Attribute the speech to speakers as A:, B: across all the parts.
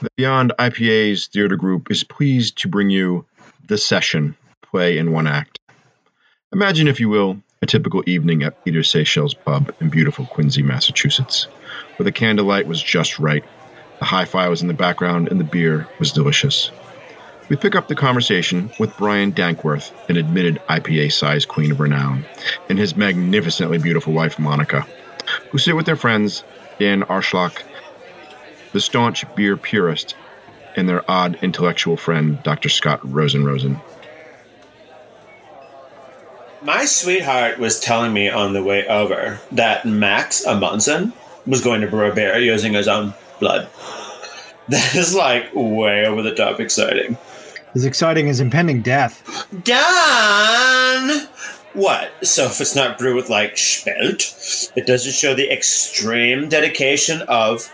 A: The Beyond IPA's theater group is pleased to bring you The Session, play in one act. Imagine, if you will, a typical evening at Peter Seychelles Pub in beautiful Quincy, Massachusetts, where the candlelight was just right, the hi fi was in the background, and the beer was delicious. We pick up the conversation with Brian Dankworth, an admitted IPA sized queen of renown, and his magnificently beautiful wife, Monica, who sit with their friends, Dan Arschlock, the staunch beer purist, and their odd intellectual friend, Dr. Scott Rosenrosen.
B: My sweetheart was telling me on the way over that Max Amundsen was going to brew a beer using his own blood. That is like way over the top exciting.
C: As exciting as impending death.
B: Done! What? So if it's not brewed with like spelt, it doesn't show the extreme dedication of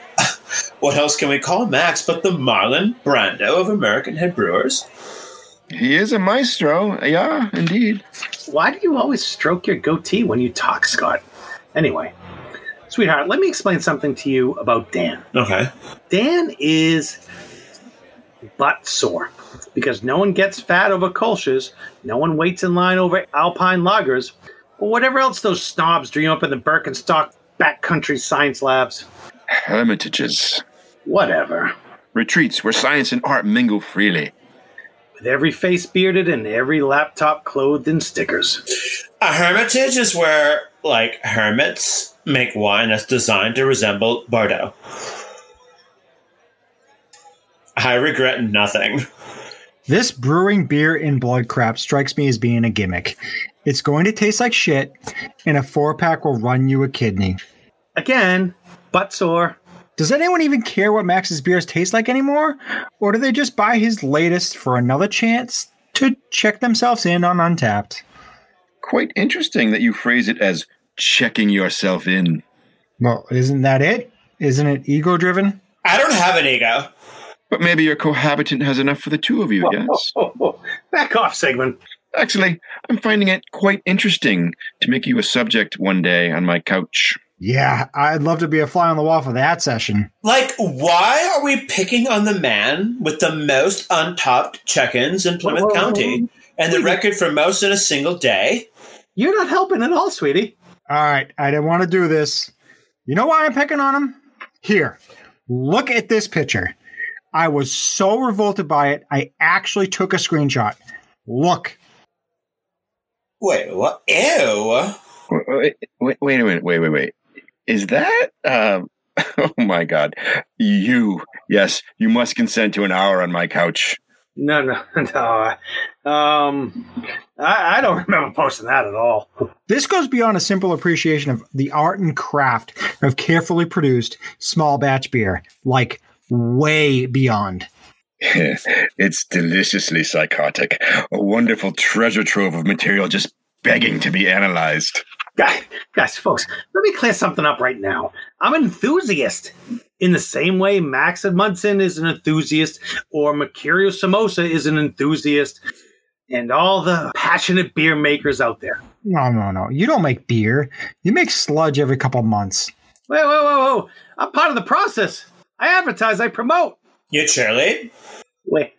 B: what else can we call Max but the Marlon Brando of American Head Brewers?
D: He is a maestro. Yeah, indeed.
E: Why do you always stroke your goatee when you talk, Scott? Anyway, sweetheart, let me explain something to you about Dan.
B: Okay.
E: Dan is butt sore because no one gets fat over Kolsch's, no one waits in line over Alpine lagers, or whatever else those snobs dream up in the Birkenstock backcountry science labs.
D: Hermitages.
E: Whatever.
D: Retreats where science and art mingle freely.
E: With every face bearded and every laptop clothed in stickers.
B: A hermitage is where like hermits make wine that's designed to resemble Bordeaux. I regret nothing.
C: This brewing beer in blood crap strikes me as being a gimmick. It's going to taste like shit, and a four pack will run you a kidney.
E: Again, butt sore.
C: Does anyone even care what Max's beers taste like anymore? Or do they just buy his latest for another chance to check themselves in on Untapped?
D: Quite interesting that you phrase it as checking yourself in.
C: Well, isn't that it? Isn't it ego driven?
B: I don't have an ego.
D: But maybe your cohabitant has enough for the two of you, yes?
E: Oh, oh, back off, Sigmund.
D: Actually, I'm finding it quite interesting to make you a subject one day on my couch.
C: Yeah, I'd love to be a fly on the wall for that session.
B: Like, why are we picking on the man with the most untopped check-ins in Plymouth
E: Whoa.
B: County and the record for most in a single day?
E: You're not helping at all, sweetie.
C: All right, I didn't want to do this. You know why I'm picking on him? Here, look at this picture. I was so revolted by it, I actually took a screenshot. Look,
B: Wait, what? Ew.
D: Wait, wait, wait a minute. Wait, wait, wait. Is that? Um, oh my God. You. Yes, you must consent to an hour on my couch.
E: No, no, no. I- Um, I, I don't remember posting that at all.
C: This goes beyond a simple appreciation of the art and craft of carefully produced small batch beer, like way beyond.
D: it's deliciously psychotic. A wonderful treasure trove of material just begging to be analyzed.
E: Guys, guys, folks, let me clear something up right now. I'm an enthusiast. In the same way Max Munson is an enthusiast, or Mercurio Samosa is an enthusiast, and all the passionate beer makers out there.
C: No, no, no. You don't make beer. You make sludge every couple months.
E: Whoa, whoa, whoa, whoa. I'm part of the process. I advertise, I promote.
B: You cheerlead?
E: Wait,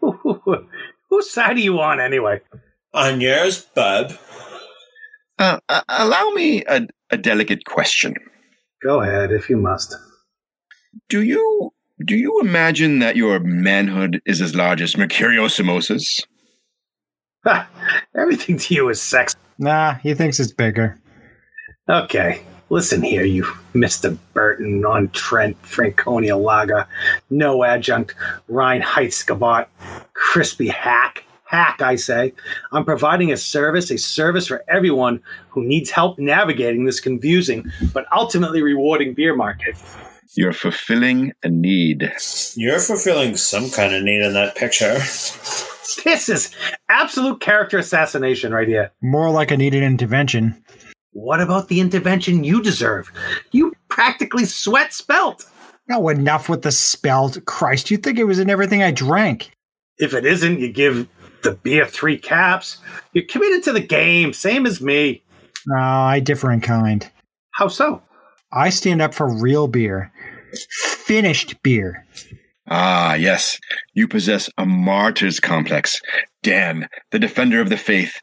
E: whose side are you on anyway?
B: On yours, bub.
D: Uh, uh, allow me a, a delicate question.
E: Go ahead, if you must.
D: Do you do you imagine that your manhood is as large as Mercurio Samosas?
E: Ha, Everything to you is sex.
C: Nah, he thinks it's bigger.
E: Okay, listen here, you Mr. Burton on Trent, Franconia Lager, no adjunct, Rhine Heitzgebot, crispy hack, hack, I say. I'm providing a service, a service for everyone who needs help navigating this confusing but ultimately rewarding beer market.
D: You're fulfilling a need.
B: You're fulfilling some kind of need in that picture.
E: This is absolute character assassination right here.
C: More like a needed intervention.
E: What about the intervention you deserve? You practically sweat spelt.
C: No, enough with the spelt. Christ, you'd think it was in everything I drank.
E: If it isn't, you give the beer three caps. You're committed to the game, same as me.
C: No, Ah, I differ in kind.
E: How so?
C: I stand up for real beer, finished beer.
D: Ah, yes, you possess a martyr's complex. Dan, the defender of the faith,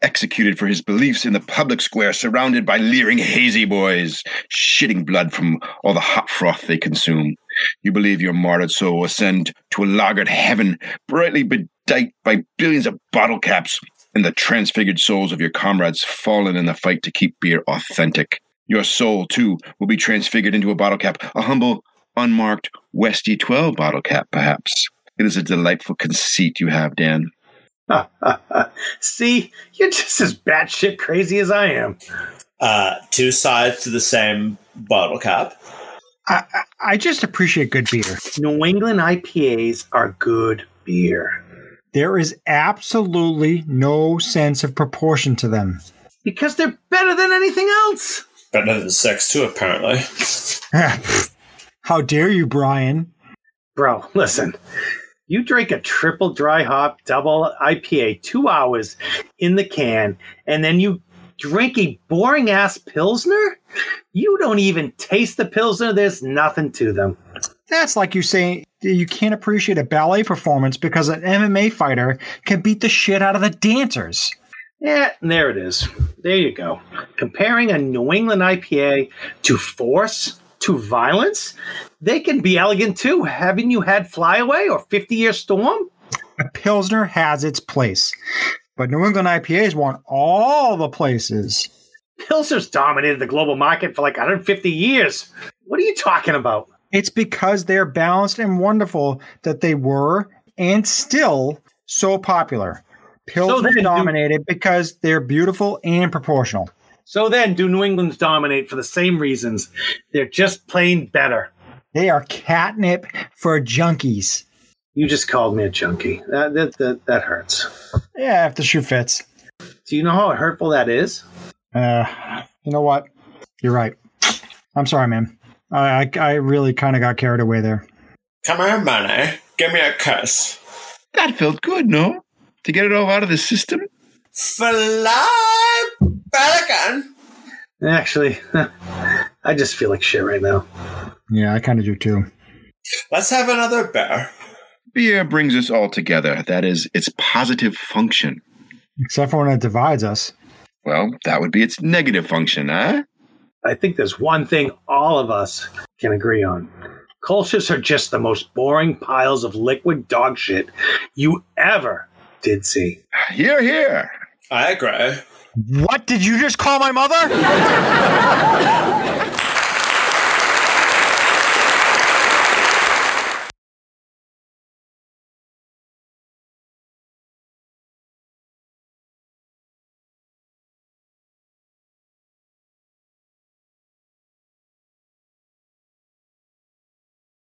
D: executed for his beliefs in the public square, surrounded by leering hazy boys, shitting blood from all the hot froth they consume. You believe your martyred soul will ascend to a lagered heaven, brightly bedight by billions of bottle caps, and the transfigured souls of your comrades fallen in the fight to keep beer authentic. Your soul, too, will be transfigured into a bottle cap, a humble, unmarked Westy 12 bottle cap, perhaps. It is a delightful conceit you have, Dan.
E: See, you're just as batshit crazy as I am.
B: Uh, two sides to the same bottle cap.
C: I, I- I just appreciate good beer.
E: New England IPAs are good beer
C: There is absolutely no sense of proportion to them.
E: because they're better than anything else.
B: Better than sex, too, apparently.
C: How dare you, Brian?
E: Bro, listen. You drink a triple dry hop double IPA two hours in the can, and then you drink a boring ass Pilsner? You don't even taste the Pilsner. There's nothing to them.
C: That's like you saying you can't appreciate a ballet performance because an MMA fighter can beat the shit out of the dancers.
E: Yeah, there it is. There you go. Comparing a New England IPA to force, to violence, they can be elegant too. Haven't you had Flyaway or 50 Year Storm?
C: A Pilsner has its place, but New England IPAs want all the places.
E: Pilsner's dominated the global market for like 150 years. What are you talking about?
C: It's because they're balanced and wonderful that they were and still so popular. Pills
E: So then you-
C: dominated because they're beautiful and proportional.
E: So then, do New England's dominate for the same reasons? They're just plain better.
C: They are catnip for junkies.
E: You just called me a junkie. That, that, that, that hurts.
C: Yeah, if the shoe fits.
E: Do you know how hurtful that is?
C: Uh, you know what? You're right. I'm sorry, man. I I, I really kind of got carried away there.
B: Come here, money. Give me a kiss.
D: That felt good, no? To get it all out of the system?
B: Fly, Pelican.
E: Actually, I just feel like shit right now.
C: Yeah, I kind of do too.
B: Let's have another bear.
D: Beer brings us all together. That is its positive function.
C: Except for when it divides us.
D: Well, that would be its negative function, huh?
E: I think there's one thing all of us can agree on. Cultures are just the most boring piles of liquid dog shit you ever did see.
D: Here, here.
B: I agree.
C: What did you just call my mother?